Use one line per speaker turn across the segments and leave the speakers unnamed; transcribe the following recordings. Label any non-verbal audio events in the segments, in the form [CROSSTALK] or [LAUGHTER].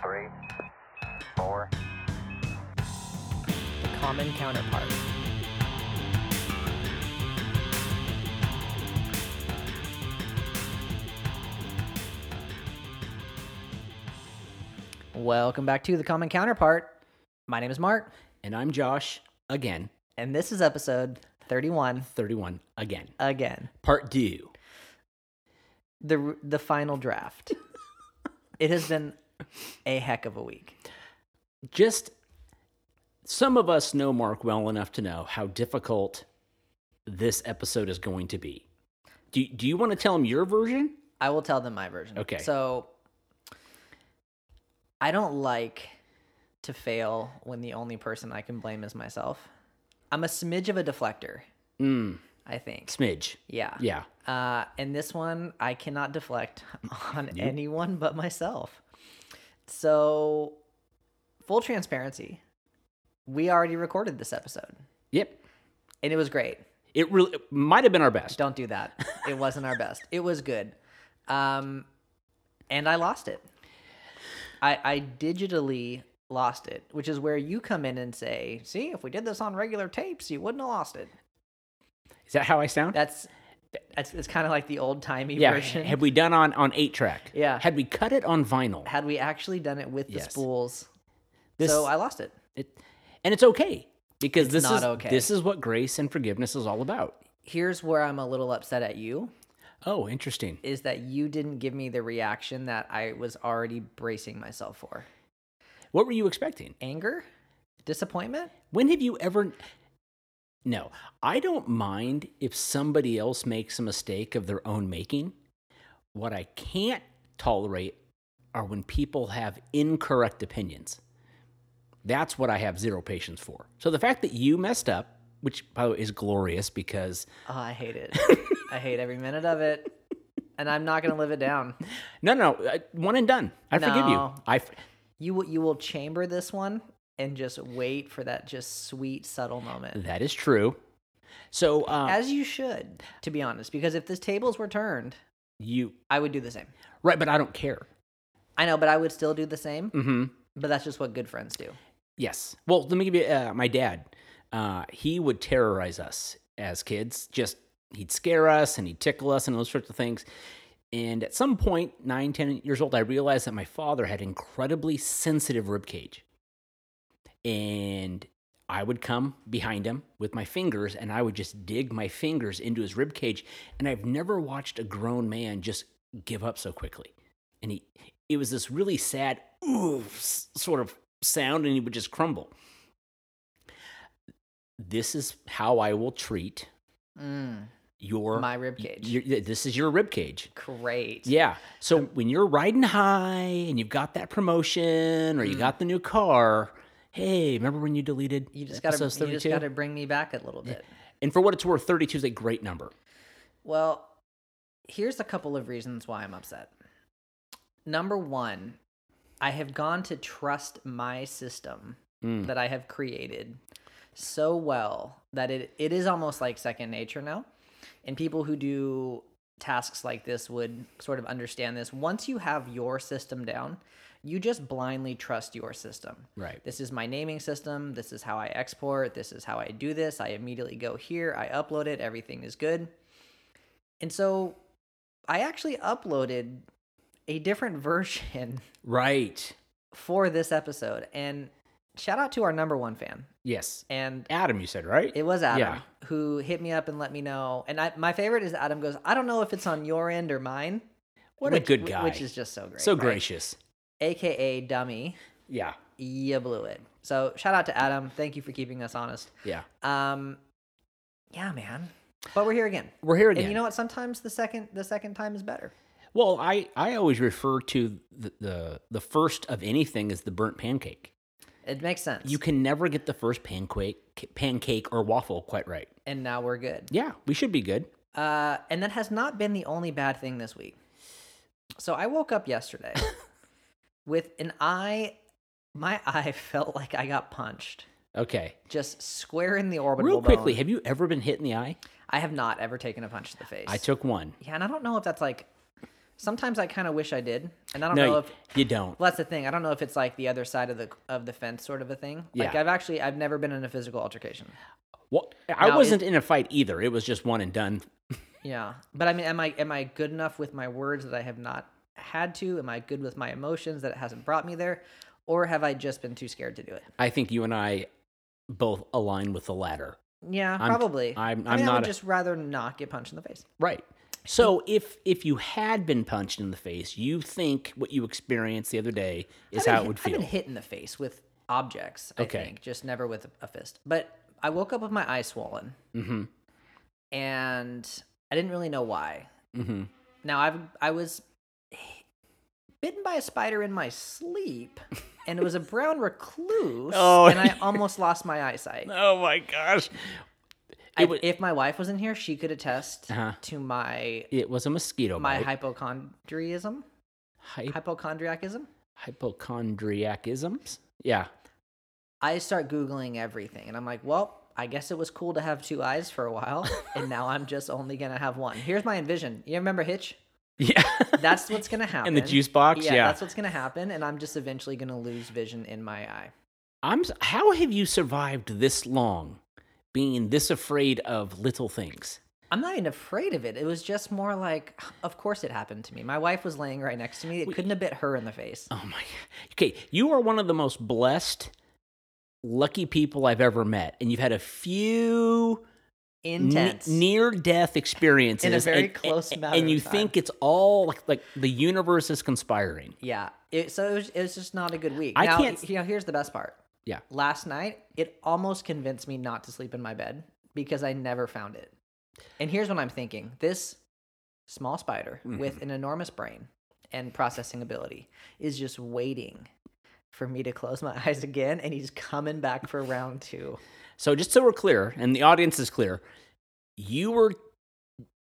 three, four.
Common counterpart. Welcome back to the Common Counterpart. My name is Mark,
And I'm Josh again,
and this is episode 31
31 again.
again.
Part due.
The the final draft. it has been a heck of a week.
Just some of us know Mark well enough to know how difficult this episode is going to be. Do, do you want to tell him your version?
I will tell them my version.
Okay.
So I don't like to fail when the only person I can blame is myself. I'm a smidge of a deflector,
Mm,
I think.
smidge.
Yeah.
Yeah.
Uh, and this one, I cannot deflect [LAUGHS] on anyone but myself. So, full transparency, we already recorded this episode
Yep.
and it was great.
It really it might have been our best.
Don't do that. It wasn't our best. It was good. Um, and I lost it. I, I digitally lost it, which is where you come in and say, see, if we did this on regular tapes, you wouldn't have lost it.
Is that how I sound?
That's, that's it's kind of like the old timey
yeah.
version.
Had we done on on 8 track?
Yeah.
Had we cut it on vinyl?
Had we actually done it with the
Yes.
spools.
This-
so I lost it.
It, and it's okay because this
not
is
okay.
this is what grace and forgiveness is all about.
Here's where I'm a little upset at you
Oh, interesting.
is that you didn't give me the reaction that I was already bracing myself for.
What were you expecting?
Anger? Disappointment?
When have you ever? No, I don't mind if somebody else makes a mistake of their own making. What I can't tolerate are when people have incorrect opinions. That's what I have zero patience for. So the fact that you messed up, which by the way is glorious because
Oh, I hate it. I hate every minute of it. And I'm not going to live it down.
no, no, no, I- one and done. I forgive you.
No.
I f-
You will, you will chamber this one and just wait for that just sweet, subtle moment.
that is true. So um,
As you should, to be honest, because if the tables were turned,
you
I would do the same.
right, but I don't care.
I know, but I would still do the same.
Mm-hmm.
But that's just what good friends do.
Yes. Well, let me give you uh, my dad. Uh, he would terrorize us as kids. Just he'd scare us and he'd tickle us and those sorts of things. And at some point, nine, ten years old, I realized that my father had incredibly sensitive rib cage, and I would come behind him with my fingers, and I would just dig my fingers into his rib cage. And I've never watched a grown man just give up so quickly and he it was this really sad ooh s- sort of sound and he would just crumble this is how i will treat
Mm,
your
my rib cage.
your, th- this is your rib cage
Great.
yeah so when you're riding high and you've got that promotion
Mm.
or you got the new car hey remember when you deleted
You just gotta
episodes
you just
32?
gotta bring me back a little bit.
and for what it's worth 32 is a great number
Well, here's a couple of reasons why I'm upset. Number one, I have gone to trust my system
Mm.
that I have created so well that it, it is almost like second nature now. And people who do tasks like this would sort of understand this. Once you have your system down, you just blindly trust your system.
right
This is my naming system. This is how I export. This is how I do this. I immediately go here. I upload it. Everything is good. And so I actually uploaded a different [LAUGHS] version
right
for this episode. And shout out to our number one fan.
yes
And
adam you said right
it was Adam
Yeah.
who hit me up and let me know. And I, my favorite is Adam goes, I don't know if it's on your end or mine.
what a
which-
good guy
Which is just so great.
so
right?
gracious
AKA Dummy.
yeah
You blew it. So shout out to Adam. Thank you for keeping us honest.
yeah
Um, yeah, man. But we're here again.
we're here again
And you know what? Sometimes the second the second time is better.
Well, I, I always refer to the, the the first of anything as the burnt pancake.
It makes sense.
You can never get the first pancake pancake or waffle quite right.
and now we're good.
Yeah, we should be good.
Uh, and that has not been the only bad thing this week. So I woke up
[LAUGHS]
yesterday with an eye. My [LAUGHS] eye felt like I got punched,
Okay.
just square in the orbital
Real quickly,
bone.
have you ever been hit in the eye?
I have not ever taken a punch to the face.
I took one.
yeah, and I don't know if that's like Sometimes I kind of wish I did, and I don't know
No,
if [LAUGHS]
you don't.
well, that's the thing. I don't know if it's like the other side of the of the fence, sort of a thing. Like
Yeah.
I've actually I've never been in a physical altercation.
Well, I
Now, it-
wasn't in a fight either. It was just one and done.
Yeah, but I mean, am I am I good enough with my words that I have not had to? Am I good with my emotions that it hasn't brought me there, or have I just been too scared to do it?
I think you and I both align with the latter.
Yeah,
I'm-
probably.
I'm-
I
I'm
mean, I
not
would
a-
just rather not get punched in the face.
Right. So if if you had been punched in the face, you think what you experienced the other day
I've
is
been
how
hit-
it would
I've
feel.
been hit in the face with objects. I
Okay.
think, just never with a fist. But I woke up with my eye swollen,
Mm-hmm.
and I didn't really know why.
Mm-hmm.
Now I've I was bitten by a spider in my sleep, and it was a brown recluse,
[LAUGHS] Oh.
and I almost lost my
[LAUGHS]
eyesight.
Oh my gosh.
I-
It was,
if my wife was in here, she could attest
Uh-huh.
to my
it was a mosquito
my
bite.
hypochondriism,
Hy-
hypochondriacism.
hypochondriacisms. Yeah.
I start googling everything, and I'm like, well. I guess it was cool to have two eyes for a
[LAUGHS]
while, and now I'm just only gonna have one. Here's my envision. You remember Hitch?
[LAUGHS] Yeah.
That's what's gonna happen.
[LAUGHS] in the juice box. Yeah.
that's what's gonna happen, and I'm just eventually gonna lose vision in my eye.
I'm. s- How have you survived this long, being this afraid of little things?
I'm not even afraid of it. It was just more like, of course it happened to me. My wife was laying right next to me. It couldn't have bit her in the face.
Oh my. God. Okay, you are one of the most blessed, lucky people I've ever met, and you've had a few
Intense.
near death experiences
very
and-
close
and,
matter
and you
of time.
think it's all like like the universe is conspiring.
yeah. It, so it was, it was just not a good week.
I
now,
can't-
You know, here's the best part.
Yeah.
Last night, it almost convinced me not to sleep in my bed because I never found it. And here's what I'm thinking this small spider
Mm-hmm.
with an enormous brain and processing ability is just waiting for me to close my [LAUGHS] eyes again, and he's coming back for round two.
So just so we're clear, and the audience is clear, you were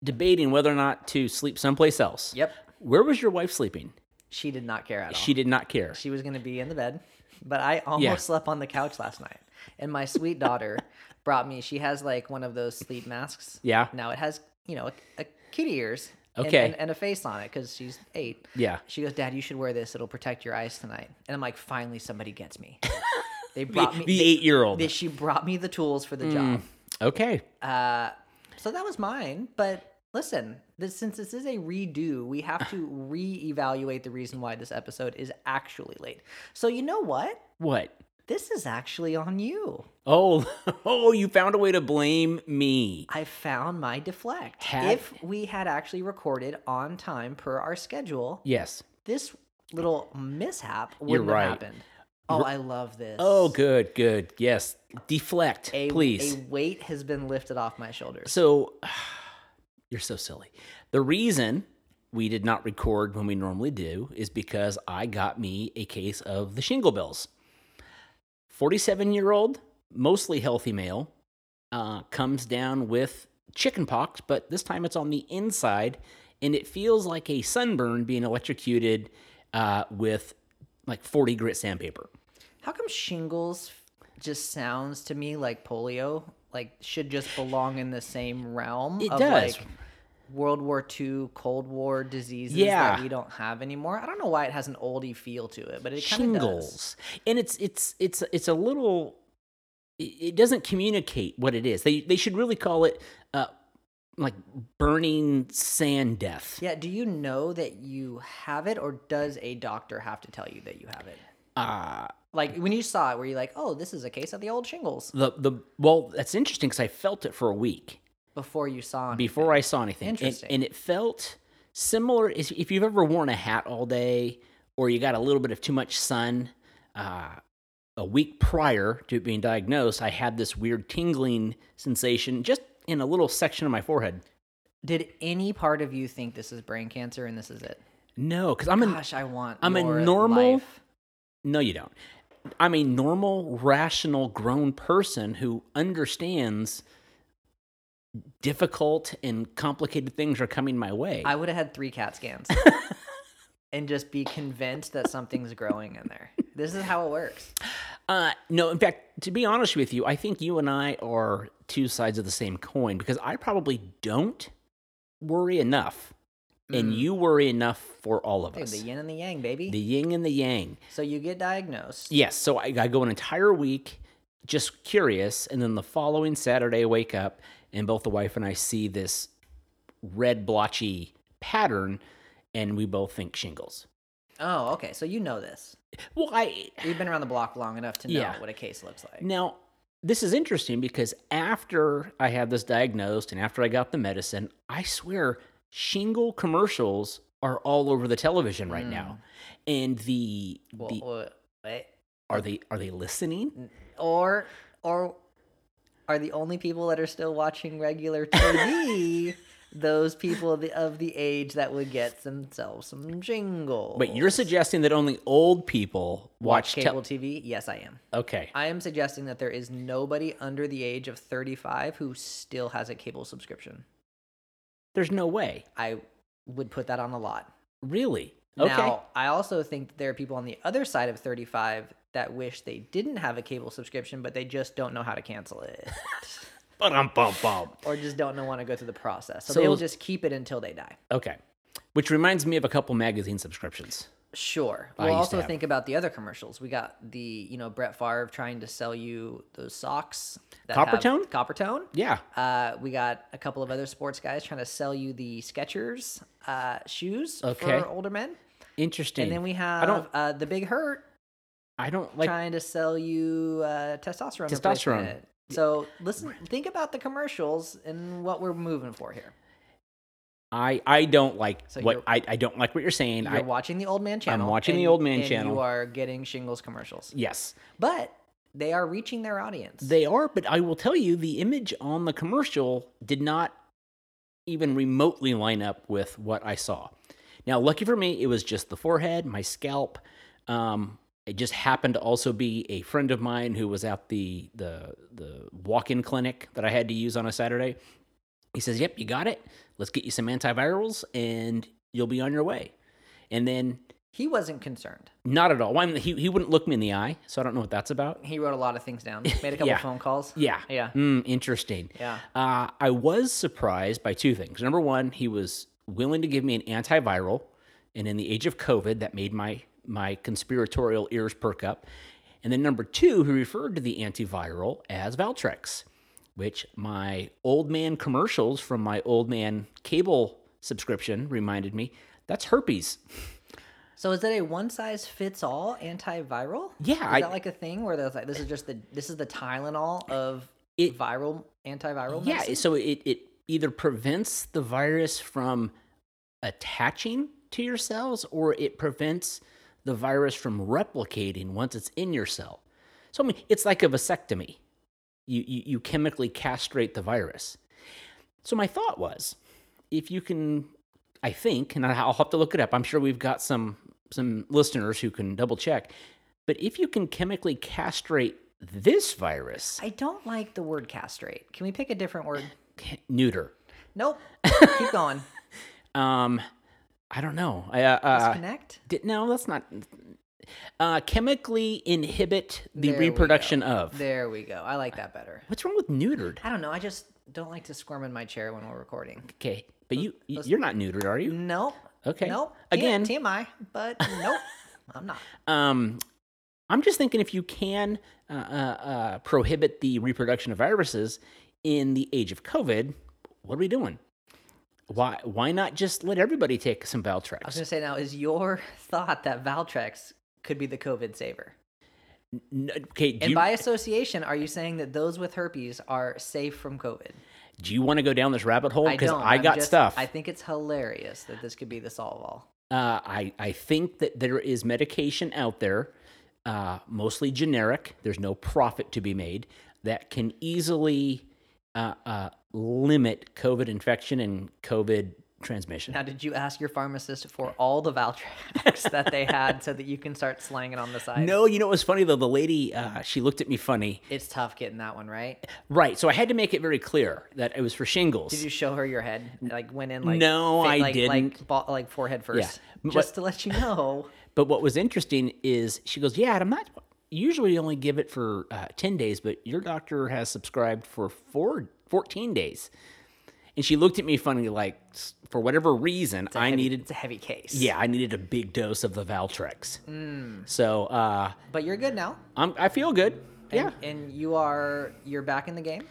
debating whether or not to sleep someplace else.
Yep.
Where was your wife sleeping?
She did not care at all.
She did not care.
she was going to be in the bed, but I almost
Yeah.
slept on the couch last night. And my sweet
[LAUGHS]
daughter brought me. She has like one of those sleep masks.
Yeah.
Now it has, you know, a, a kitty ears. and-
Okay.
And, and a face on it because she's eight.
Yeah.
She goes, Dad, you should wear this. It'll protect your eyes tonight. And I'm like, finally, somebody gets
[LAUGHS]
me. They
The,
brought me.
the
they-
eight year old.
they- she brought me the tools
Mm.
for the job.
Okay.
Uh, so that was mine. But listen, this, since this is a redo, we have
[SIGHS]
to reevaluate the reason why this episode is actually late. So you know what?
What?
This is actually on you.
Oh, [LAUGHS] oh, you found a way to blame me.
I found my deflect.
Had-
If we had actually recorded on time per our schedule,
Yes.
this little mishap
You're
wouldn't
right.
have happened. Oh, I love this.
Oh, good, good. Yes. Deflect,
A,
please.
A weight has been lifted off my shoulders.
So, [SIGHS] you're so silly. The reason we did not record when we normally do is because I got me a case of the shingle bills. 47 year old, mostly healthy male, uh, comes down with chicken pox, but this time it's on the inside and it feels like a sunburn being electrocuted uh, with like 40 grit sandpaper.
How come shingles just sounds to me like polio? Like should just belong in the same realm.
It
of
does.
Like World War II, Cold War diseases that
Yeah.
we don't have anymore. I don't know why it has an oldie feel to it, but it kind of does.
shingles and it's it's it's it's a little it it doesn't communicate what it is they they should really call it uh like burning sand death
Yeah. Do you know that you have it, or does a doctor have to tell you that you have it?
uh
Like when you saw it, were you like, "Oh, this is a case of the old shingles"?
the the well that's interesting because i felt it for a week
Before you saw it,
before i saw anything And-
Interesting.
and, it felt similar if if you've ever worn a hat all day or you got a little bit of too much sun uh a week prior to it being diagnosed i had this weird tingling sensation just in a little section of my forehead
did any part of you think this is brain cancer and this is it?
No, because I'm a
Gosh, I want.
I'm a
more
normal-
life.
no, you don't. I'm a normal, rational, grown person who understands difficult and complicated things are coming my way.
I would have had three CAT
[LAUGHS]
scans and just be convinced that something's growing in there. This is how it works.
uh, no, in fact, to be honest with you, I think you and I are two sides of the same coin because I probably don't worry enough and you worry enough for all of
Dude,
us.
Mm. the yin and the yang, baby.
the yin and the yang.
so you get diagnosed.
Yes. So I, I go an entire week just curious. And then the following Saturday, I wake up and both the wife and I see this red blotchy pattern and we both think shingles.
Oh, okay. So you know this.
Well, I
You've been around the block long enough to know
Yeah.
what a case looks like.
now this is interesting because after I had this diagnosed and after I got the medicine, I swear shingle commercials are all over the television right now. And the,
Mm. Well,
the
well, wait.
are they are they listening?
or or are the only people that are still watching regular
[LAUGHS]
TV those people of the, of the age that would get themselves some jingle?
But you're suggesting that only old people watch,
watch cable
tel-
TV? Yes, I am.
Okay.
I am suggesting that there is nobody under the age of 35 who still has a cable subscription.
There's no way.
I would put that on the lot.
Really? Okay.
Now, I also think that there are people on the other side of 35 that wish they didn't have a cable subscription, but they just don't know how to cancel
[LAUGHS]
it
But I'm bum bum.
or just don't know, want to go through the process. So,
So-
they'll just keep it until they die.
Okay. Which reminds me of a couple magazine subscriptions.
Sure.
I
Well,
used
also
to have-
think about the other commercials. We got the, you know, Brett Favre trying to sell you those socks. That have-
Coppertone?
Coppertone.
Yeah.
Uh, we got a couple of other sports guys trying to sell you the Skechers uh, shoes
Okay.
for older men,
Interesting.
and then we have
don't-
uh, the Big Hurt
I don't like
trying to sell you uh, testosterone.
Testosterone.
replacement. So listen, think about the commercials and what we're moving for here.
I I don't like
So
what
you're-
I, I don't like what you're saying.
You're
I
watching the Old Man Channel.
watching the
and-
Old Man
and
Channel.
You are getting shingles commercials,
yes.
but they are reaching their audience.
They are, but I will tell you the image on the commercial did not even remotely line up with what I saw. Now, lucky for me, it was just the forehead, my scalp. Um, it just happened to also be a friend of mine who was at the the the walk-in clinic that I had to use on a Saturday. He says, "Yep, you got it. Let's get you some antivirals, and you'll be on your way." And then,
he wasn't concerned.
not at all. Well, I mean, he he wouldn't look me in the eye, so I don't know what that's about.
He wrote a lot of things down.
[LAUGHS]
Made a couple
Yeah.
phone calls.
Yeah.
Yeah.
Mm, interesting.
Yeah.
Uh, I was surprised by two things. Number one, he was willing to give me an antiviral, and in the age of COVID, that made my my conspiratorial ears perk up. And then number two, he referred to the antiviral as Valtrex, which my old man commercials from my old man cable subscription reminded me that's herpes.
So is it a one size fits all antiviral?
Yeah,
is
I-
that like a thing where there's like this is just the this is the Tylenol of
It-
viral antiviral?
Yeah,
medicine?
so it, it either prevents the virus from attaching to your cells or it prevents the virus from replicating once it's in your cell. So I mean, it's like a vasectomy. You, you, you chemically castrate the virus. So my thought was, if you can, I think, and I'll have to look it up. I'm sure we've got some some listeners who can double check. But if you can chemically castrate this virus,
I don't like the word castrate. Can we pick a different
[LAUGHS]
word?
neuter.
Nope. Keep going.
Um, I don't know. I, [LAUGHS] uh, uh,
Disconnect.
di- no, that's not. Uh, chemically inhibit the
There we go.
reproduction of.
There we go. I like that better.
What's wrong with neutered?
I don't know. I just don't like to squirm in my chair when we're recording.
Okay, but you y- you're not neutered, are you?
Nope.
Okay.
Nope.
Again,
T- TMI, but
[LAUGHS]
nope. I'm not.
um, I'm just thinking if you can uh, uh, uh, prohibit the reproduction of viruses in the age of COVID, what are we doing? Why why not just let everybody take some
I was
Valtrex?
gonna say now, is your thought that Valtrex could be the COVID saver?
N- okay, do
And
you,
by association, are you saying that those with herpes are safe from COVID?
do you want to go down this rabbit hole?
I
Because
don't.
Oh, I,
I'm
got
just-
stuff.
I think it's hilarious that this could be the solve all.
Uh, I, I think that there is medication out there, uh, mostly generic, there's no profit to be made, that can easily uh, uh, limit COVID infection and COVID transmission.
Now, did you ask your pharmacist for all the
[LAUGHS]
Valtrex that they had so that you can start slanging on the side?
No, you know what was funny though? The lady, uh, she looked at me funny.
It's tough getting that one right.
Right, so I had to make it very clear that it was for shingles.
Did you show her your head? Like went in like
No, I
like,
didn't.
Like, ball, like forehead first,
But-
just to let you know.
But what was interesting is she goes, Yeah, I'm not usually you only give it for uh, 10 days, but your doctor has subscribed for four, 14 days. And she looked at me funny, like s- for whatever reason,
a
I
heavy-
needed.
It's a heavy case.
Yeah, I needed a big dose of the Valtrex.
Mm.
So uh,
But you're good now.
I'm, I feel good. yeah.
And, and you are you're back in the game.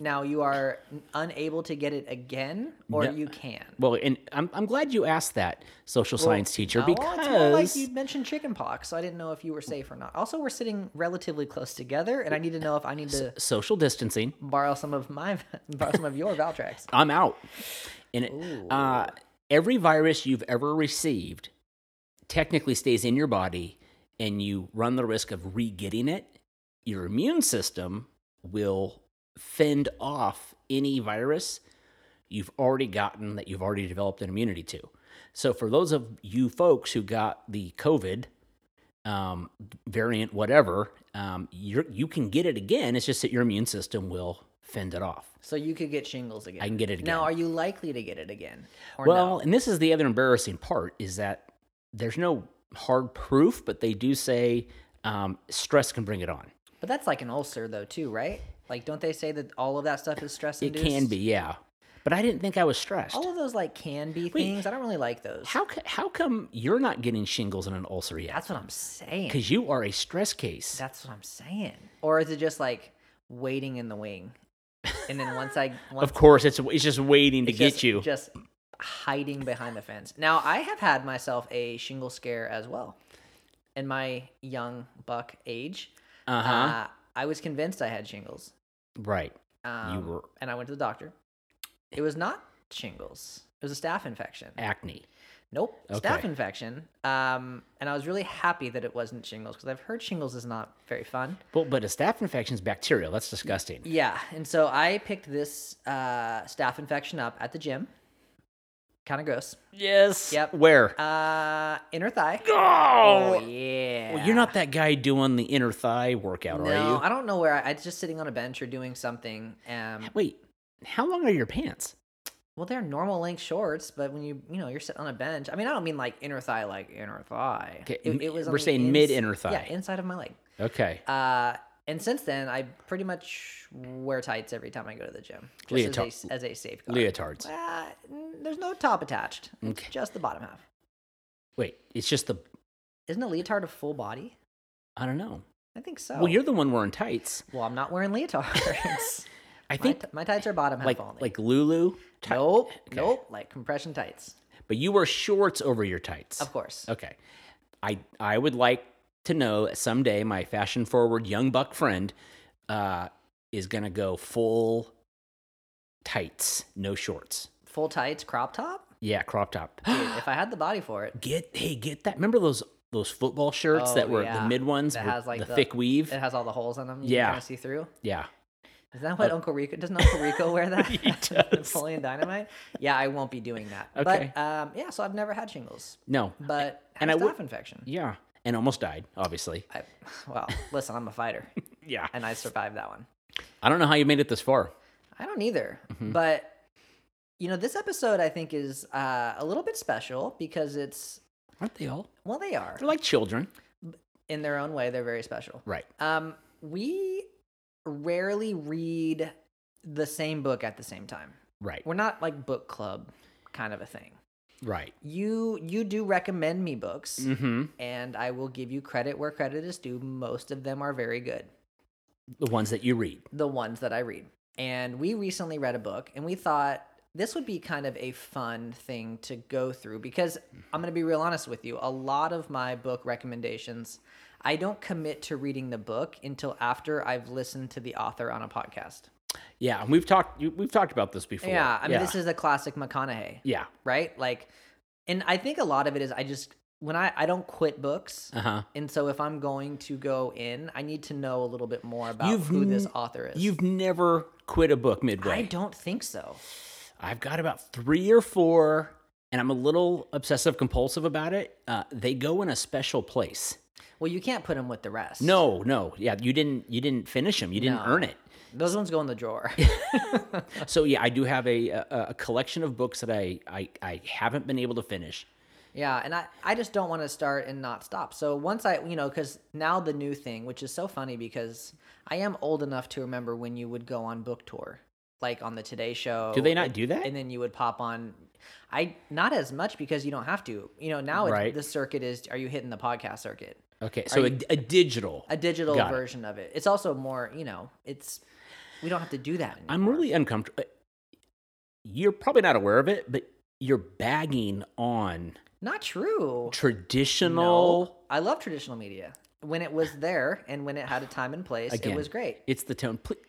Now you are unable to get it again, or
No.
you can.
Well, and I'm, I'm glad you asked that, social science teacher,
Oh,
because
it's more like you mentioned chicken pox, so I didn't know if you were safe or not. Also, we're sitting relatively close together, and I need to know if I need to
social distancing.
borrow some of my [LAUGHS] borrow some of
[LAUGHS]
your Valtrex.
I'm out. And it, uh, every virus you've ever received technically stays in your body, and you run the risk of re getting it. Your immune system will fend off any virus you've already gotten that you've already developed an immunity to. So, for those of you folks who got the COVID um, variant, whatever, um, you're, you can get it again. It's just that your immune system will fend it off.
So you could get shingles again.
I can get it again.
Now, are you likely to get it again? Or
Well,
no?
and this is the other embarrassing part is that there's no hard proof, but they do say um, stress can bring it on.
but that's like an ulcer, though, too, right? Like, don't they say that all of that stuff is stress
It can be, yeah. But I didn't think I was stressed.
All of those like can be things. I don't really like those.
How c- how come you're not getting shingles and an ulcer yet?
That's what I'm saying.
Because you are a stress case.
That's what I'm saying. Or is it just like waiting in the wing? And then once I once
[LAUGHS] Of course, it's it's just waiting to
it's
get
just-
you.
just hiding behind the fence. Now I have had myself a shingle scare as well. In my young buck age,
uh-huh.
uh, I was convinced I had shingles.
right.
Um,
were-
and I went to the doctor. It was not shingles. It was a staph infection.
Acne.
Nope, staph
Okay.
infection. Um, and I was really happy that it wasn't shingles because I've heard shingles is not very fun.
Well, but a staph infection is bacterial. That's disgusting.
Yeah, and so I picked this uh, staph infection up at the gym. Kind of gross.
Yes.
Yep.
Where?
Uh, inner thigh.
oh.
Oh yeah.
Well, you're not that guy doing the inner thigh workout,
No,
are you?
I don't know where. I, I was just sitting on a bench or doing something. Um,
Wait, how long are your pants?
well, they're normal length shorts, but when you you know you're sitting on a bench. I mean, I don't mean like inner thigh, like inner thigh.
Okay,
It,
m-
it was. on
we're
the
saying mid-inner
Yeah,
thigh.
inside of my leg.
Okay.
Uh, and since then, I pretty much wear tights every time I go to the gym, just as
Leotard- Mm.
a, as a safeguard.
Leotards.
Uh, n- there's no top attached. It's
Okay.
just the bottom half.
Wait, it's just the
Isn't a leotard a full body?
I don't know.
I think so.
Well, you're the one wearing tights.
Well, I'm not wearing leotards.
[LAUGHS] I
My
think
t- my, tights are bottom half
like
only.
like Lulu. ti-
nope,
Okay.
nope, like compression tights,
But you wear shorts over your tights.
of course.
Okay. I I would like to know someday my fashion forward young buck friend uh, is gonna go full tights, no shorts.
Full tights, crop top.
Yeah, crop
[GASPS]
top.
Dude, if I had the body for it,
get hey get that. Remember those those football shirts
Oh,
that were
yeah.
the mid ones
That
with
has, like,
the,
the-
thick weave?
it has all the holes in them. You
Yeah.
can kind of see through.
yeah.
Is that what Uncle Rico does? Uncle Rico
[LAUGHS]
wear that?
Uh,
[LAUGHS]
He does.
Napoleon Dynamite. Yeah, I won't be doing that.
Okay.
But um, yeah, so I've never had shingles,
No.
but and
And I
I
would-
staph infection.
Yeah. And almost died, obviously.
I, well, listen, I'm a fighter,
Yeah.
and I survived that one.
I don't know how you made it this far.
I don't either.
Mm-hmm.
But you know, this episode I think is uh, a little bit special because it's
Aren't they all?
well, they are
They're like children.
in their own way. They're very special.
Right.
Um, we rarely read the same book at the same time.
Right.
We're not like book club kind of a thing.
Right.
You you do recommend me books,
Mm-hmm.
and I will give you credit where credit is due. Most of them are very good.
The ones that you read.
the ones that I read. And we recently read a book and we thought this would be kind of a fun thing to go through because I'm going to be real honest with you. A lot of my book recommendations, I don't commit to reading the book until after I've listened to the author on a podcast.
Yeah. And we've talked you- we've talked about this before.
Yeah. I mean, this is a classic McConaughey,
Yeah.
right? Like, and I think a lot of it is I just, when I, I don't quit books.
Uh-huh.
And so if I'm going to go in, I need to know a little bit more about
You've
who this
n-
author is.
You've never quit a book midway.
I don't think so.
I've got about three or four, and I'm a little obsessive compulsive about it. Uh, they go in a special place.
Well, you can't put them with the rest.
No, no, yeah, you didn't. You didn't finish them. You didn't
No.
earn it.
those ones go in the
[LAUGHS]
drawer.
So yeah, I do have a a, a collection of books that I, I I haven't been able to finish.
yeah, and I I just don't want to start and not stop. So once I you know because now the new thing, which is so funny because I am old enough to remember when you would go on book tour. like on the Today Show.
Do they not do that?
And then you would pop on. I not as much because you don't have to. You know now it's,
Right.
the circuit is. Are you hitting the podcast circuit?
Okay, so a, a digital.
A digital
Got it.
version of it. It's also more. You know, it's we don't have to do that.
I'm really uncomfortable. You're probably not aware of it, but you're bagging on
not true.
traditional.
No, I love traditional media. When it was there and when it had a time and place,
Again.
it was great.
It's the tone. Please,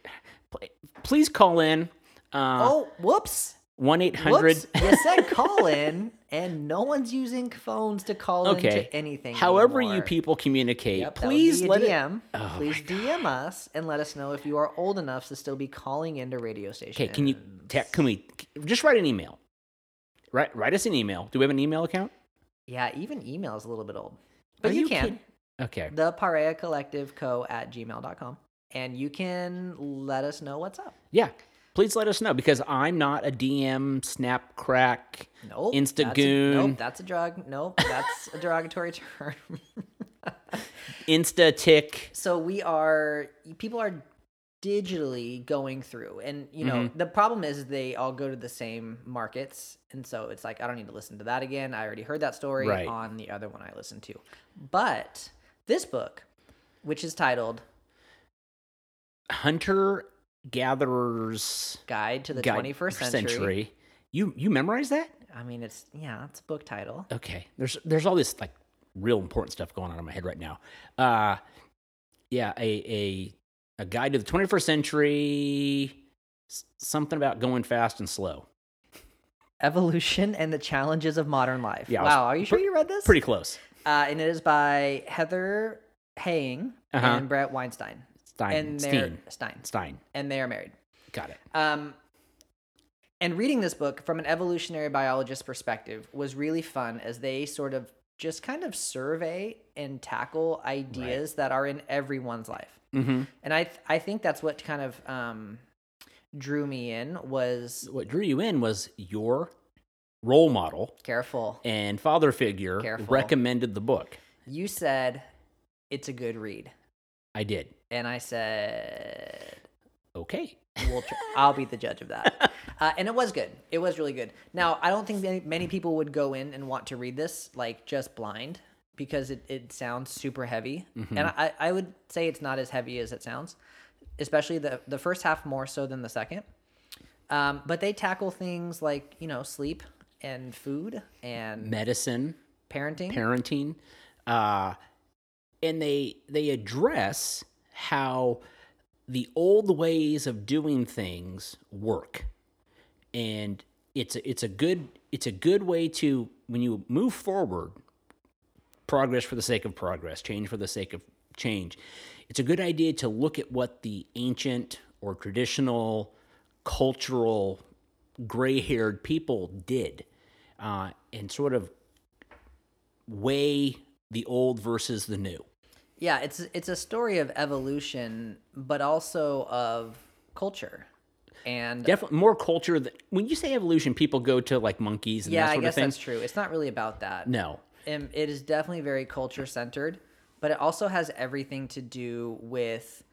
please call in. Uh,
oh, whoops.
One eight
Whoops.
hundred. [LAUGHS]
you said call in, [LAUGHS] and no one's using phones to call in
Okay.
to anything.
However, you
anymore.
people communicate.
Yep, that would
please
be a
let it.
DM.
Oh my
please DM us and let us know if you are old enough to still be calling into radio stations.
Okay, can you te- can we just write an email? Write write us an email. Do we have an email account?
Yeah, even email is a little bit old, but
Are
you,
you
can.
kidding? Okay.
The Parea Collective Co at gmail.com. And you can let us know what's up.
Yeah. Please let us know because I'm not a DM snap crack.
Nope. That's a,
Instagoon.
nope. That's a drug. Nope. That's a derogatory [LAUGHS] term.
Insta tick.
so we are people are digitally going through and you know the problem is they all go to the same markets and so it's like i don't need to listen to that again i already heard that story
Right.
on the other one i listened to but this book which is titled
Hunter gatherers
guide to the
Guide
21st century.
You you memorize that?
i mean it's yeah it's a book title
Okay. There's there's all this like real important stuff going on in my head right now. Uh yeah, a a a guide to the 21st century s- something about going fast and slow.
evolution and the challenges of modern life
Yeah, I was
wow are you sure
pre-
you read this
Pretty close.
uh, and it is by heather haying
Uh-huh.
and brett weinstein
Stein.
and they're
Stein.
stein
Stein.
and they are married
Got it.
Um, and reading this book from an evolutionary biologist perspective was really fun as they sort of just kind of survey and tackle ideas that are in everyone's life.
Mm-hmm.
And I, th- I think that's what kind of um, drew me in was
What drew you in was your role model
careful.
and father figure
Careful.
recommended the book.
You said it's a good read.
I did.
And I said,
Okay.
we'll tr- I'll be the judge of that. Uh, and it was good. It was really good. Now, I don't think many, many people would go in and want to read this like just blind because it, it sounds super heavy. And I, I would say it's not as heavy as it sounds, especially the, the first half more so than the second. Um, but they tackle things like, you know, sleep and food and
Medicine.
parenting.
parenting uh, and they they address how the old ways of doing things work and it's a, it's a good it's a good way to when you move forward progress for the sake of progress change for the sake of change it's a good idea to look at what the ancient or traditional cultural gray-haired people did uh, and sort of weigh the old versus the new.
yeah, it's, it's a story of evolution, but also of culture. And
Definitely more culture. Than, when you say evolution, people go to like monkeys and
yeah,
that
I
sort
guess
of thing.
that's true. It's not really about that.
No,
Um, it is definitely very culture centered, but it also has everything to do with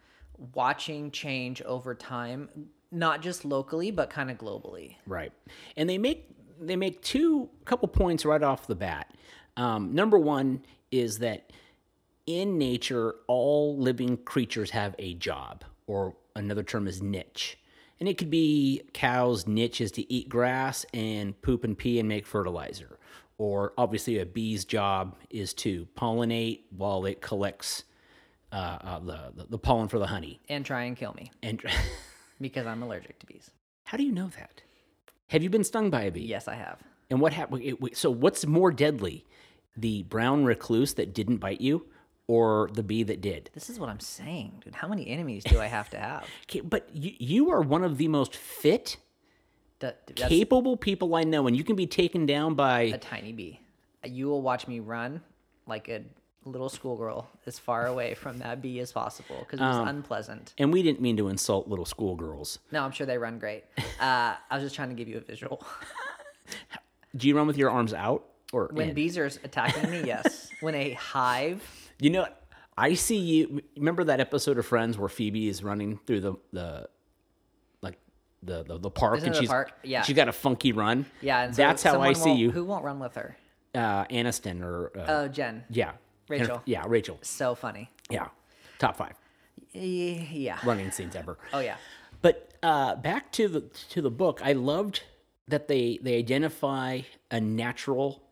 watching change over time, not just locally, but kind of globally.
right. And they make they make two couple points right off the bat. Um, number one is that in nature, all living creatures have a job, or another term is niche. And it could be cows' niche is to eat grass and poop and pee and make fertilizer. Or obviously, a bee's job is to pollinate while it collects uh, uh, the, the, the pollen for the honey.
And try and kill me
And [LAUGHS]
because I'm allergic to bees.
how do you know that? Have you been stung by a bee?
Yes, I have.
And what happened? So, what's more deadly, the brown recluse that didn't bite you, or the bee that did?
This is what I'm saying, dude. How many enemies do I have to have? [LAUGHS]
Okay, but you, you are one of the most fit,
That, that's
capable people I know, and you can be taken down
a
by.
tiny bee. You will watch me run like a little schoolgirl as far away from that bee as possible because it was unpleasant.
And we didn't mean to insult little schoolgirls.
No, I'm sure they run
[LAUGHS]
great. Uh, I was just trying to give you a visual.
Do you run with your arms out or
When
in?
bees are attacking me,
[LAUGHS]
yes. when a hive,
You know, I see you. Remember that episode of Friends where Phoebe is running through the the like the the, the park,
Isn't
and
it a
she's
park? Yeah.
she's got a funky run.
Yeah, and so
that's how I
someone
see
won't-
you,
Who won't run with her?
uh, Aniston or uh,
Oh, Jen.
yeah,
Rachel.
yeah, Rachel,
So funny.
yeah, top five
Y- Yeah.
running scenes ever.
Oh yeah.
But uh, back to the to the book, I loved that they they identify a natural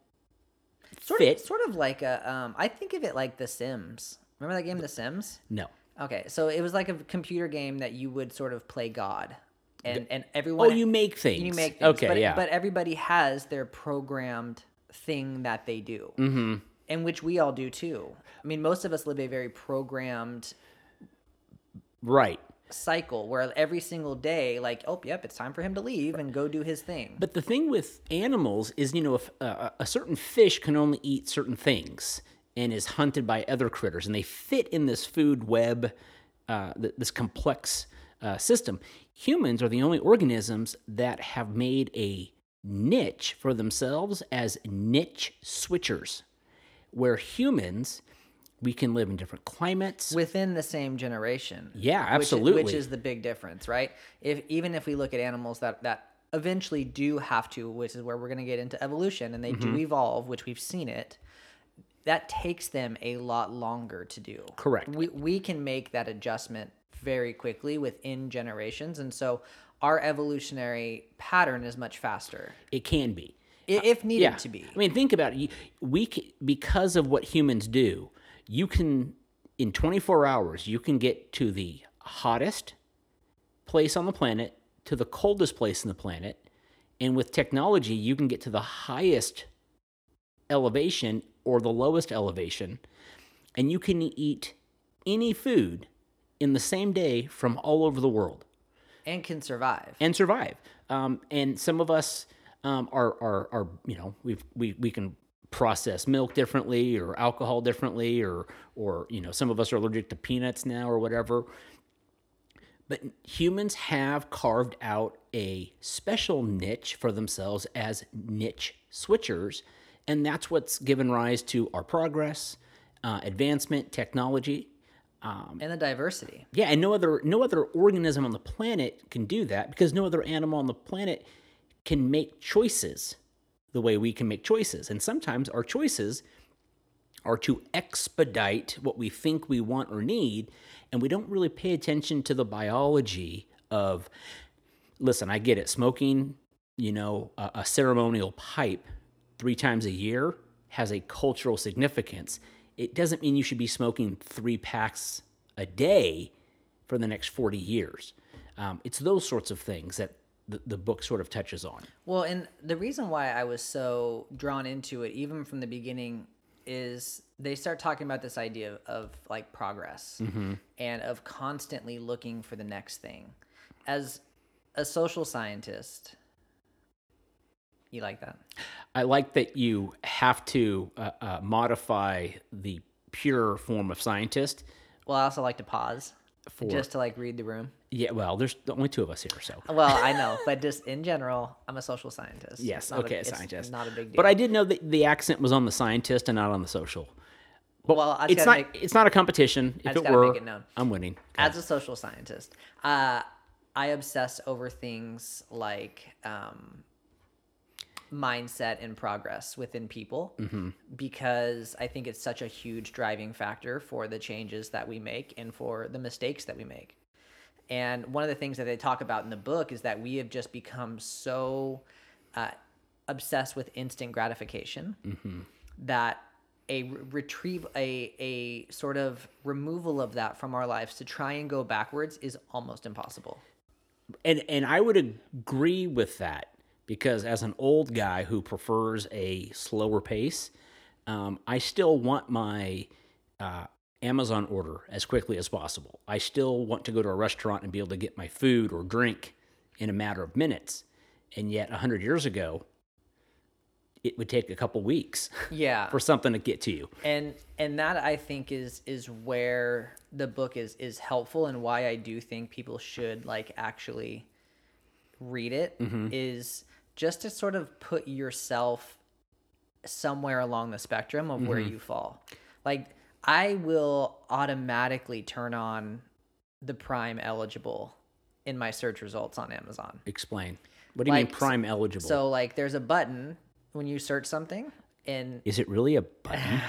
Sort
fit.
of, sort of like a. Um, I think of it like The Sims. Remember that game, The Sims?
no,
Okay, so it was like a computer game that you would sort of play God, and and everyone.
oh, you make things.
you make things.
Okay,
but,
yeah,
But everybody has their programmed thing that they do, mm-hmm. and which we all do too. I mean, most of us live a very programmed
right.
cycle where every single day, like, oh, yep, it's time for him to leave and go do his thing.
But the thing with animals is, you know, if uh, a certain fish can only eat certain things and is hunted by other critters, and they fit in this food web, uh, th- this complex uh, system. Humans are the only organisms that have made a niche for themselves as niche switchers, where humans, we can live in different climates.
within the same generation.
Yeah,
which is- Which is,
absolutely.
the big difference, right? If even if we look at animals that that eventually do have to, which is where we're going to get into evolution, and they
Mm-hmm.
do evolve, which we've seen it. That takes them a lot longer to do.
Correct.
We we can make that adjustment very quickly within generations, and so our evolutionary pattern is much faster,
it can be.
i- if needed
Uh, yeah.
to be.
I mean, think about it. You- We c- because of what humans do, you can in 24 hours you can get to the hottest place on the planet to the coldest place on the planet, and with technology you can get to the highest elevation or the lowest elevation, and you can eat any food in the same day from all over the world
and can survive.
and survive. Um, and some of us um, are, are are you know we've, we we can process milk differently or alcohol differently or or you know some of us are allergic to peanuts now or whatever. But humans have carved out a special niche for themselves as niche switchers, and that's what's given rise to our progress, uh, advancement, technology. Um,
and the diversity.
Yeah, and no other no other organism on the planet can do that because no other animal on the planet can make choices the way we can make choices. And sometimes our choices are to expedite what we think we want or need, and we don't really pay attention to the biology of listen, I get it. Smoking, you know, a, a ceremonial pipe three times a year has a cultural significance. It doesn't mean you should be smoking three packs a day for the next 40 years. Um, it's those sorts of things that the, the book sort of touches on.
Well, and the reason why I was so drawn into it, even from the beginning, is they start talking about this idea of, of like progress
Mm-hmm.
and of constantly looking for the next thing. As a social scientist, you like that?
I like that you have to uh, uh, modify the pure form of scientist.
Well, I also like to pause just to like read the room.
Yeah, well, there's only two of us here, so.
Well, I know, but just in general, I'm a social scientist.
Yes,
Not a-
okay, a
it's
scientist.
Not a big deal.
But I did know that the accent was on the scientist and not on the social. But
Well, I just
it's not
gotta
it's not a competition. If
just
it
gotta
were,
make it known.
I'm winning.
as a social scientist, uh, I obsess over things like um, mindset and progress within people because I think it's such a huge driving factor for the changes that we make and for the mistakes that we make. And one of the things that they talk about in the book is that we have just become so uh, obsessed with instant gratification that a re- retrieve a a sort of removal of that from our lives to try and go backwards is almost impossible.
and and I would agree with that because as an old guy who prefers a slower pace, um, I still want my uh, Amazon order as quickly as possible. I still want to go to a restaurant and be able to get my food or drink in a matter of minutes. And yet, hundred years ago, it would take a couple weeks [LAUGHS]
Yeah.
for something to get to you.
and and that I think is is where the book is is helpful and why I do think people should like actually read it is just to sort of put yourself somewhere along the spectrum of where you fall. Like I will automatically turn on the prime eligible in my search results on Amazon.
Explain. What do you
Like,
mean prime eligible?
So like there's a button when you search something and
is it really
[LAUGHS]
a button?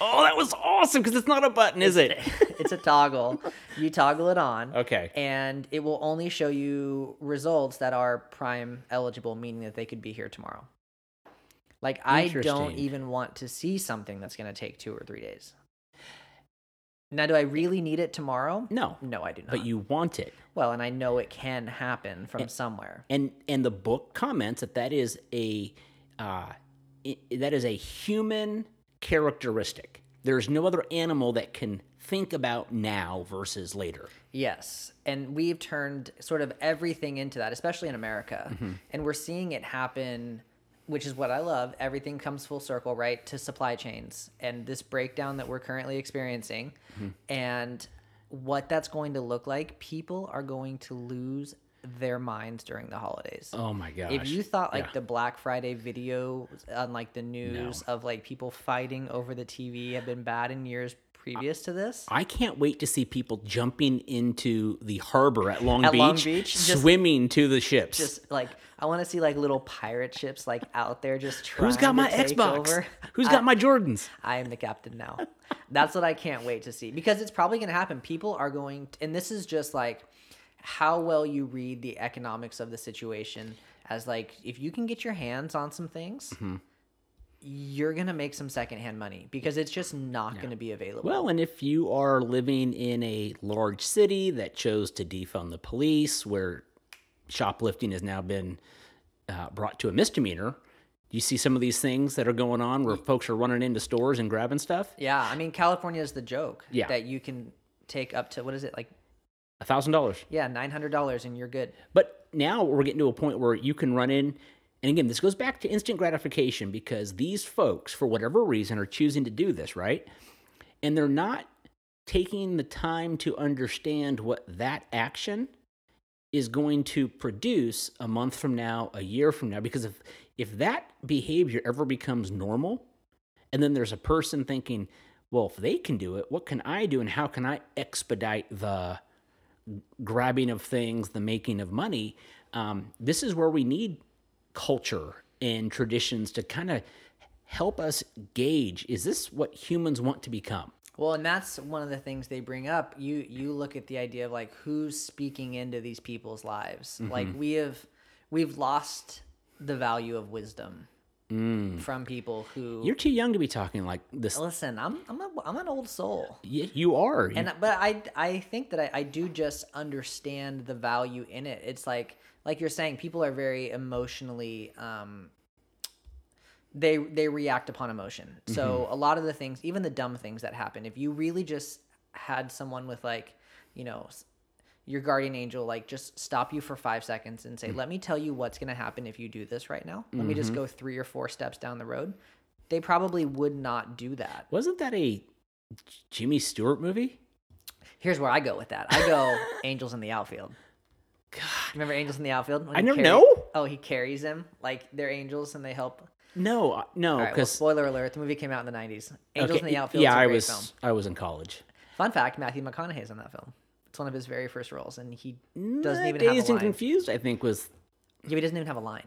oh, that was awesome because it's not a button, is it?
[LAUGHS] it's a toggle. You toggle it on.
Okay.
And it will only show you results that are prime eligible, meaning that they could be here tomorrow. Like I don't
Interesting.
even want to see something that's going to take 2 or 3 days. Now do I really need it tomorrow?
No,
No, I do not.
but you want it.
well, and I know it can happen from somewhere.
and and the book comments that that is a uh, i- that is a human characteristic. There's no other animal that can think about now versus later.
Yes. And we've turned sort of everything into that, especially in America.
Mm-hmm.
And we're seeing it happen, which is what I love. Everything comes full circle, right, to supply chains and this breakdown that we're currently experiencing.
Mm-hmm.
And what that's going to look like, people are going to lose their minds during the holidays.
Oh my gosh!
If you thought like
Yeah.
the Black Friday video on like the news of like people fighting over the TV have been bad in years previous to this,
I can't wait to see people jumping into the harbor at Long,
At
Beach,
Long Beach, just-
swimming to the ships.
just like I want to see like little pirate ships like out there just trying.
[LAUGHS] Who's got
to
my
take
Xbox?
Over.
[LAUGHS] Who's got my Jordans?
I am the captain now. That's what I can't wait to see because it's probably going to happen. People are going, and this is just like how well you read the economics of the situation. As like, if you can get your hands on some things.
Mm-hmm.
You're gonna make some secondhand money because it's just not gonna be available.
Well, and if you are living in a large city that chose to defund the police, where shoplifting has now been uh, brought to a misdemeanor, you see some of these things that are going on where folks are running into stores and grabbing stuff.
yeah, I mean California is the joke
Yeah.
that you can take up to what is it like?
A thousand dollars.
Yeah, nine hundred dollars and you're good.
But now we're getting to a point where you can run in. And again, this goes back to instant gratification because these folks, for whatever reason, are choosing to do this, right? And they're not taking the time to understand what that action is going to produce a month from now, a year from now. Because if, if that behavior ever becomes normal, and then there's a person thinking, well, if they can do it, what can I do? And how can I expedite the grabbing of things, the making of money. Um, this is where we need culture and traditions to kind of help us gauge is this what humans want to become?
Well, and that's one of the things they bring up. You you look at the idea of like who's speaking into these people's lives. Like we have we've lost the value of wisdom from people who
You're too young to be talking like this.
listen. I'm I'm a, I'm an old soul,
Y- You are.
and but I I think that I, I do just understand the value in it. It's like like you're saying, people are very emotionally um, they they react upon emotion. So a lot of the things, even the dumb things that happen, if you really just had someone with like, you know, s- your guardian angel like just stop you for 5 seconds and say, "Let me tell you what's going to happen if you do this right now. Let me just go 3 or 4 steps down the road." They probably would not do that.
wasn't that a Jimmy Stewart movie?
Here's where I go with that. I go Angels in the Outfield. God. Remember Angels in the Outfield? When
I
he
don't
carry-
know.
Oh, he carries him like they're angels and they help.
No, uh, no,
All right, well,
because
spoiler alert, the movie came out in the 90s. Angels in the Outfield
Yeah,
is a
I
great
was.
film.
I was in college.
Fun fact, Matthew McConaughey's in that film. It's one of his very first roles and he doesn't
Nah,
even have a
Mm, Uh, Dazed and
line.
confused. I think was.
yeah, he doesn't even have a line.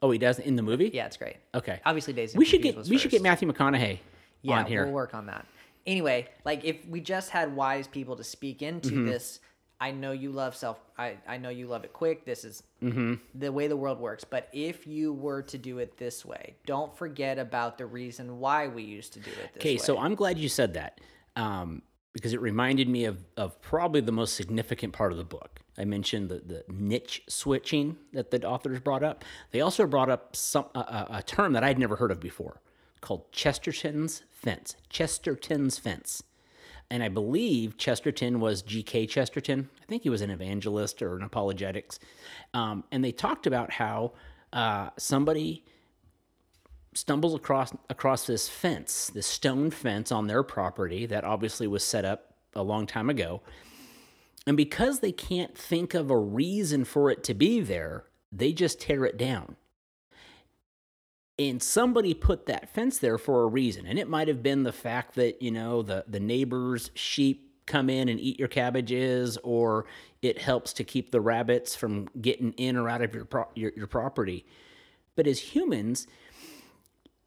Oh, he does in the movie.
Yeah, it's great.
Okay.
Obviously Dazed and
we should
Confused
get.
was
We should get
first.
Matthew McConaughey
yeah,
on here.
We'll work on that. Anyway, like if we just had wise people to speak into
Mm-hmm.
this, I know you love self. I, I know you love it quick. This is
Mm-hmm.
the way the world works. But if you were to do it this way, don't forget about the reason why we used to do it this way.
Okay, so I'm glad you said that um, because it reminded me of, of probably the most significant part of the book. I mentioned the, the niche switching that the authors brought up. They also brought up some a, a, a term that I'd never heard of before called Chesterton's fence. Chesterton's fence. And I believe Chesterton was G.K. Chesterton. I think he was an evangelist or an apologetics. Um, and they talked about how uh, somebody stumbles across across this fence, this stone fence on their property that obviously was set up a long time ago. And because they can't think of a reason for it to be there, they just tear it down. And somebody put that fence there for a reason. And it might have been the fact that, you know, the, the neighbor's sheep come in and eat your cabbages, or it helps to keep the rabbits from getting in or out of your pro- your, your property. But as humans,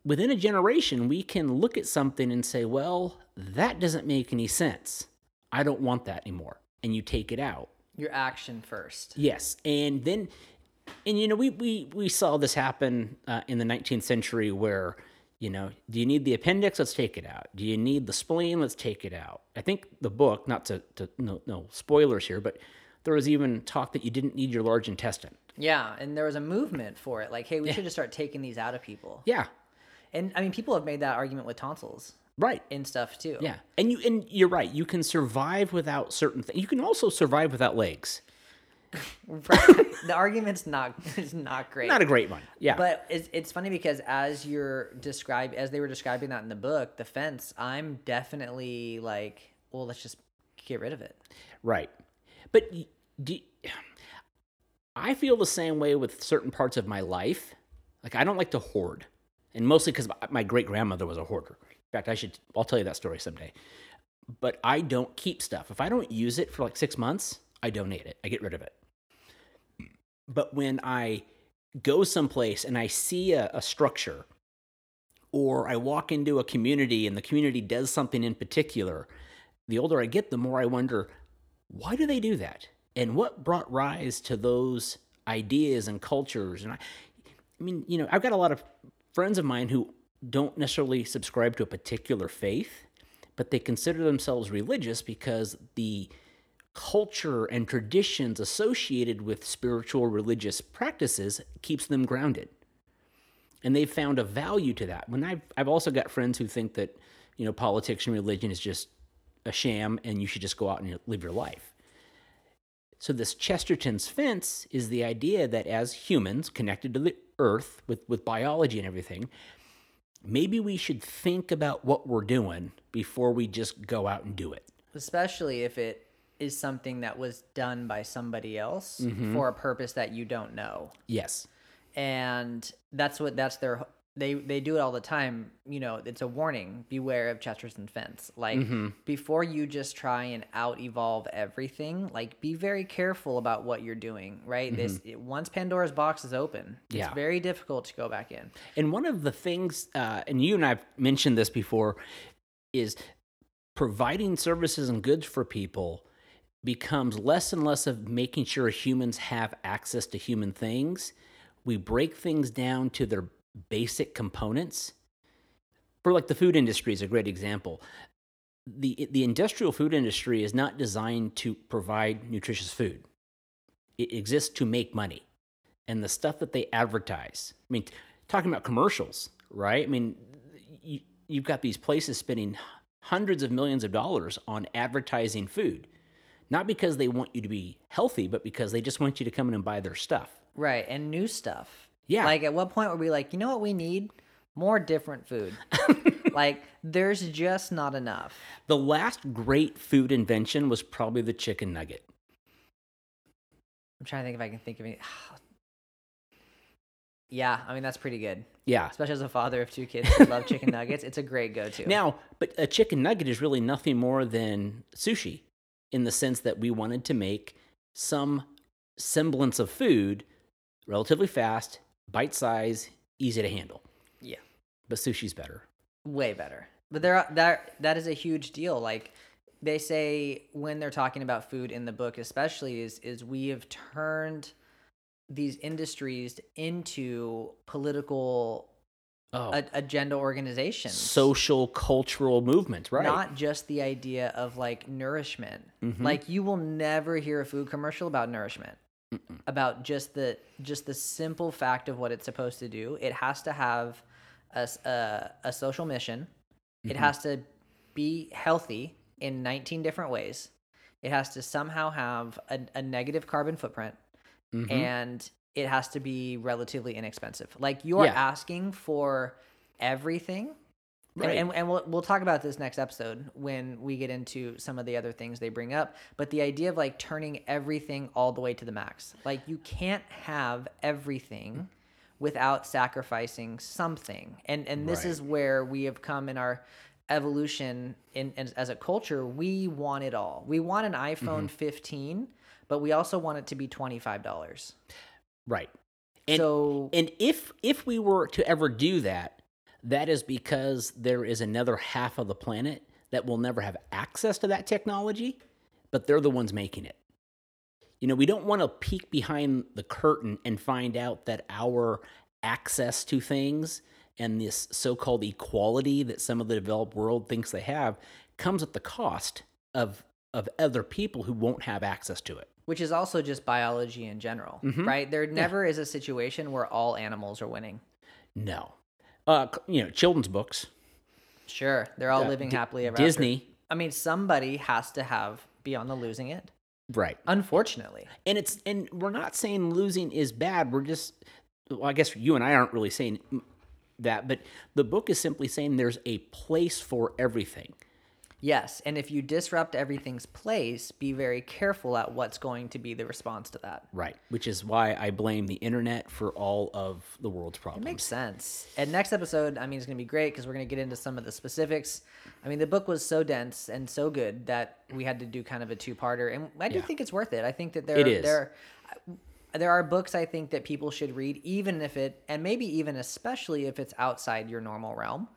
within a generation, we can look at something and say, "Well, that doesn't make any sense. I don't want that anymore," and you take it out.
Your action first.
Yes, and then, and you know, we we we saw this happen uh, in the 19th century where, you know, do you need the appendix? Let's take it out. Do you need the spleen? Let's take it out. I think the book, not to, to no no spoilers here, but there was even talk that you didn't need your large intestine.
Yeah, and there was a movement for it. Like, hey, we should just start taking these out of people.
Yeah,
And I mean, people have made that argument with tonsils
right.
and stuff too.
Yeah, and you and you're right. You can survive without certain things. You can also survive without legs.
[LAUGHS] the argument's not [LAUGHS] is not great.
Not a great one. Yeah,
But it's, it's funny because as you're describe as they were describing that in the book, the fence, I'm definitely like, well, let's just get rid of it.
Right. But y- do, I feel the same way with certain parts of my life. Like I don't like to hoard, and mostly because my great grandmother was a hoarder. In fact, I should I'll tell you that story someday. But I don't keep stuff. If I don't use it for like six months, I donate it. I get rid of it. But when I go someplace and I see a, a structure, or I walk into a community and the community does something in particular, the older I get, the more I wonder, why do they do that? And what brought rise to those ideas and cultures? And I, I mean, you know, I've got a lot of friends of mine who don't necessarily subscribe to a particular faith, but they consider themselves religious because the culture and traditions associated with spiritual religious practices keeps them grounded and they've found a value to that. When I've I've also got friends who think that you know politics and religion is just a sham, and you should just go out and live your life. So this Chesterton's fence is the idea that as humans connected to the earth with with biology and everything, maybe we should think about what we're doing before we just go out and do it.
Especially if it is something that was done by somebody else for a purpose that you don't know.
Yes.
and that's what that's their they they do it all the time you know it's a warning beware of chesterton fence like
Mm-hmm.
before you just try and out evolve everything like be very careful about what you're doing right this it, once pandora's box is open
Mm-hmm. Yeah.
it's very difficult to go back in
And one of the things, uh, and you and I've mentioned this before, is providing services and goods for people becomes less and less of making sure humans have access to human things. We break things down to their basic components. For like the food industry is a great example. The the industrial food industry is not designed to provide nutritious food. It exists to make money and the stuff that they advertise. I mean, talking about commercials, right? I mean, you, you've got these places spending hundreds of millions of dollars on advertising food, not because they want you to be healthy, but because they just want you to come in and buy their stuff.
right and new stuff
Yeah.
like at what point were we like you know what we need more different
[LAUGHS]
food like there's just not enough
The last great food invention was probably the chicken nugget.
i'm trying to think if i can think of any [SIGHS] yeah i mean that's pretty good
Yeah.
especially as a father of two kids who love chicken nuggets. It's a great go-to.
Now, but a chicken nugget is really nothing more than sushi in the sense that we wanted to make some semblance of food relatively fast, bite size, easy to handle.
yeah,
But sushi's better.
way better. But there, are, that that is a huge deal. Like they say when they're talking about food in the book, especially is is we have turned these industries into political
Oh.
a- agenda organizations.
Social cultural movement, right? Mm-hmm.
Not just the idea of like nourishment. Like you will never hear a food commercial about nourishment. About just the just the simple fact of what it's supposed to do. It has to have a s- a, a social mission.
Mm-hmm.
It has to be healthy in 19 different ways. It has to somehow have a, a negative carbon footprint
Mm-hmm.
and it has to be relatively inexpensive. Like you're
Yeah.
asking for everything and-
Right.
And, and we'll, we'll talk about this next episode when we get into some of the other things they bring up. But the idea of like turning everything all the way to the max, like you can't have everything without sacrificing something. And and this
Mm-hmm. Right.
is where we have come in our evolution in, in as a culture, we want it all. We want an
Mm-hmm.
iPhone 15, but we also want it to be $25.
Right. And-
so
And if if we were to ever do that, that is because there is another half of the planet that will never have access to that technology, but they're the ones making it. You know, we don't want to peek behind the curtain and find out that our access to things and this so-called equality that some of the developed world thinks they have comes at the cost of of other people who won't have access to it.
which is also just biology in general,
Mhm.
right? There never is a situation where all animals are winning.
No. Uh, c- you know, children's books,
Sure, they're all
Uh,
living
Di-
happily ever
Disney,
After. I mean, somebody has to have be on the losing end.
right?
Unfortunately,
and it's and we're not saying losing is bad we're just well i guess you and i aren't really saying that but the book is simply saying there's a place for everything
yes. And if you disrupt everything's place, be very careful at what's going to be the response to that.
right which is why i blame the internet for all of the world's problems
Makes sense. And next episode, I mean, it's going to be great because we're going to get into some of the specifics. I mean, the book was so dense and so good that we had to do kind of a two-parter, and I do
Yeah.
think it's worth it. I think that there
It is.
there uh, there are books I think that people should read, even if it, and maybe even especially if it's outside your normal realm,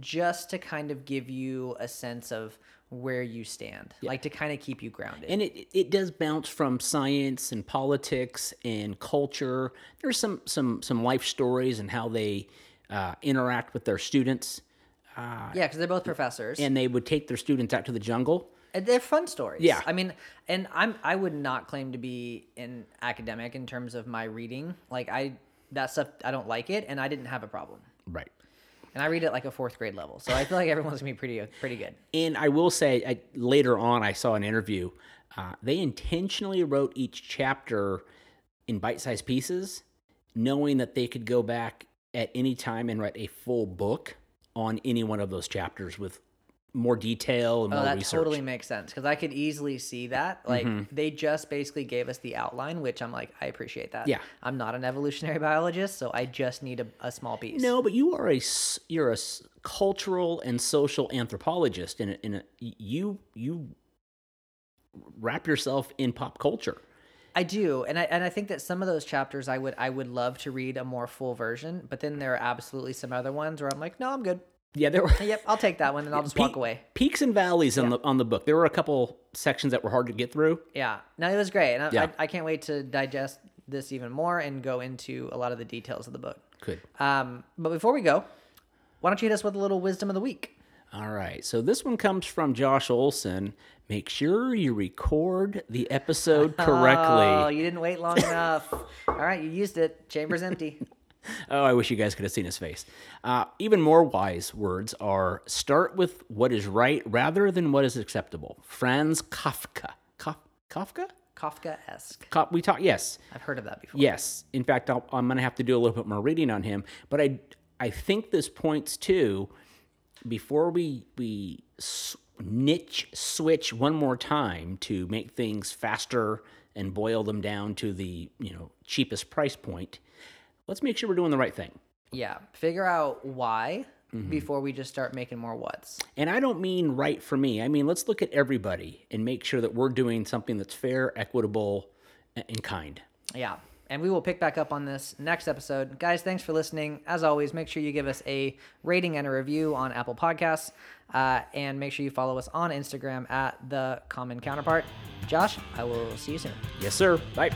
just to kind of give you a sense of where you stand, like to kind of keep you grounded.
and it it does bounce from science and politics and culture. There's some some some life stories and how they uh, interact with their students,
yeah, because they're both professors,
and they would take their students out to the jungle.
And They're fun stories.
Yeah.
I mean, and I'm I would not claim to be an academic in terms of my reading. Like I that stuff I don't like it and I didn't have a problem.
Right.
And I read it like a fourth grade level. So I feel like everyone's gonna be pretty pretty good.
And I will say, I, later on, I saw an interview. Uh, they intentionally wrote each chapter in bite-sized pieces, knowing that they could go back at any time and write a full book on any one of those chapters with more detail and
Oh,
more
that
research. Mm-hmm.
totally makes sense. Cause I could easily see that. Like they just basically gave us the outline, which I'm like, I appreciate that.
Yeah.
I'm not an evolutionary biologist, so I just need a, a small piece.
No, but you are a s- you're a s- cultural and social anthropologist, and in a, you you wrap yourself in pop culture.
I do, and I and I think that some of those chapters I would I would love to read a more full version, but then there are absolutely some other ones where I'm like, no, I'm good.
Yeah, there were
Yep, I'll take that one and I'll just walk
Peak-
away.
Peaks and valleys on the on the book. There were a couple sections that were hard to get through.
Yeah, no, it was great, and I,
Yeah.
I, I can't wait to digest this even more and go into a lot of the details of the book.
Good.
Um, but before we go, why don't you hit us with a little wisdom of the week?
All right. So this one comes from Josh Olson. Make sure you record the episode
[LAUGHS] Oh,
correctly.
you didn't wait long enough. All right, you used it. Chamber's empty.
Oh, I wish you guys could have seen his face. Uh, even more wise words are start with what is right rather than what is acceptable. Franz Kafka. Kaf- Kafka?
Kafka esque.
Kaf- we talk. Yes.
I've heard of that before.
Yes. In fact, I'll, I'm going to have to do a little bit more reading on him. But I, I think this points to before we we s- niche switch one more time to make things faster and boil them down to the you know cheapest price point. Let's make sure we're doing the right thing.
Yeah, figure out why before we just start making more what's.
And I don't mean right for me. I mean let's look at everybody and make sure that we're doing something that's fair, equitable, a- and kind.
Yeah. And we will pick back up on this next episode. Guys, thanks for listening. As always, make sure you give us a rating and a review on Apple Podcasts. Uh, and make sure you follow us on Instagram at The Common Counterpart. Josh, I will see you soon.
Yes, sir. Bye.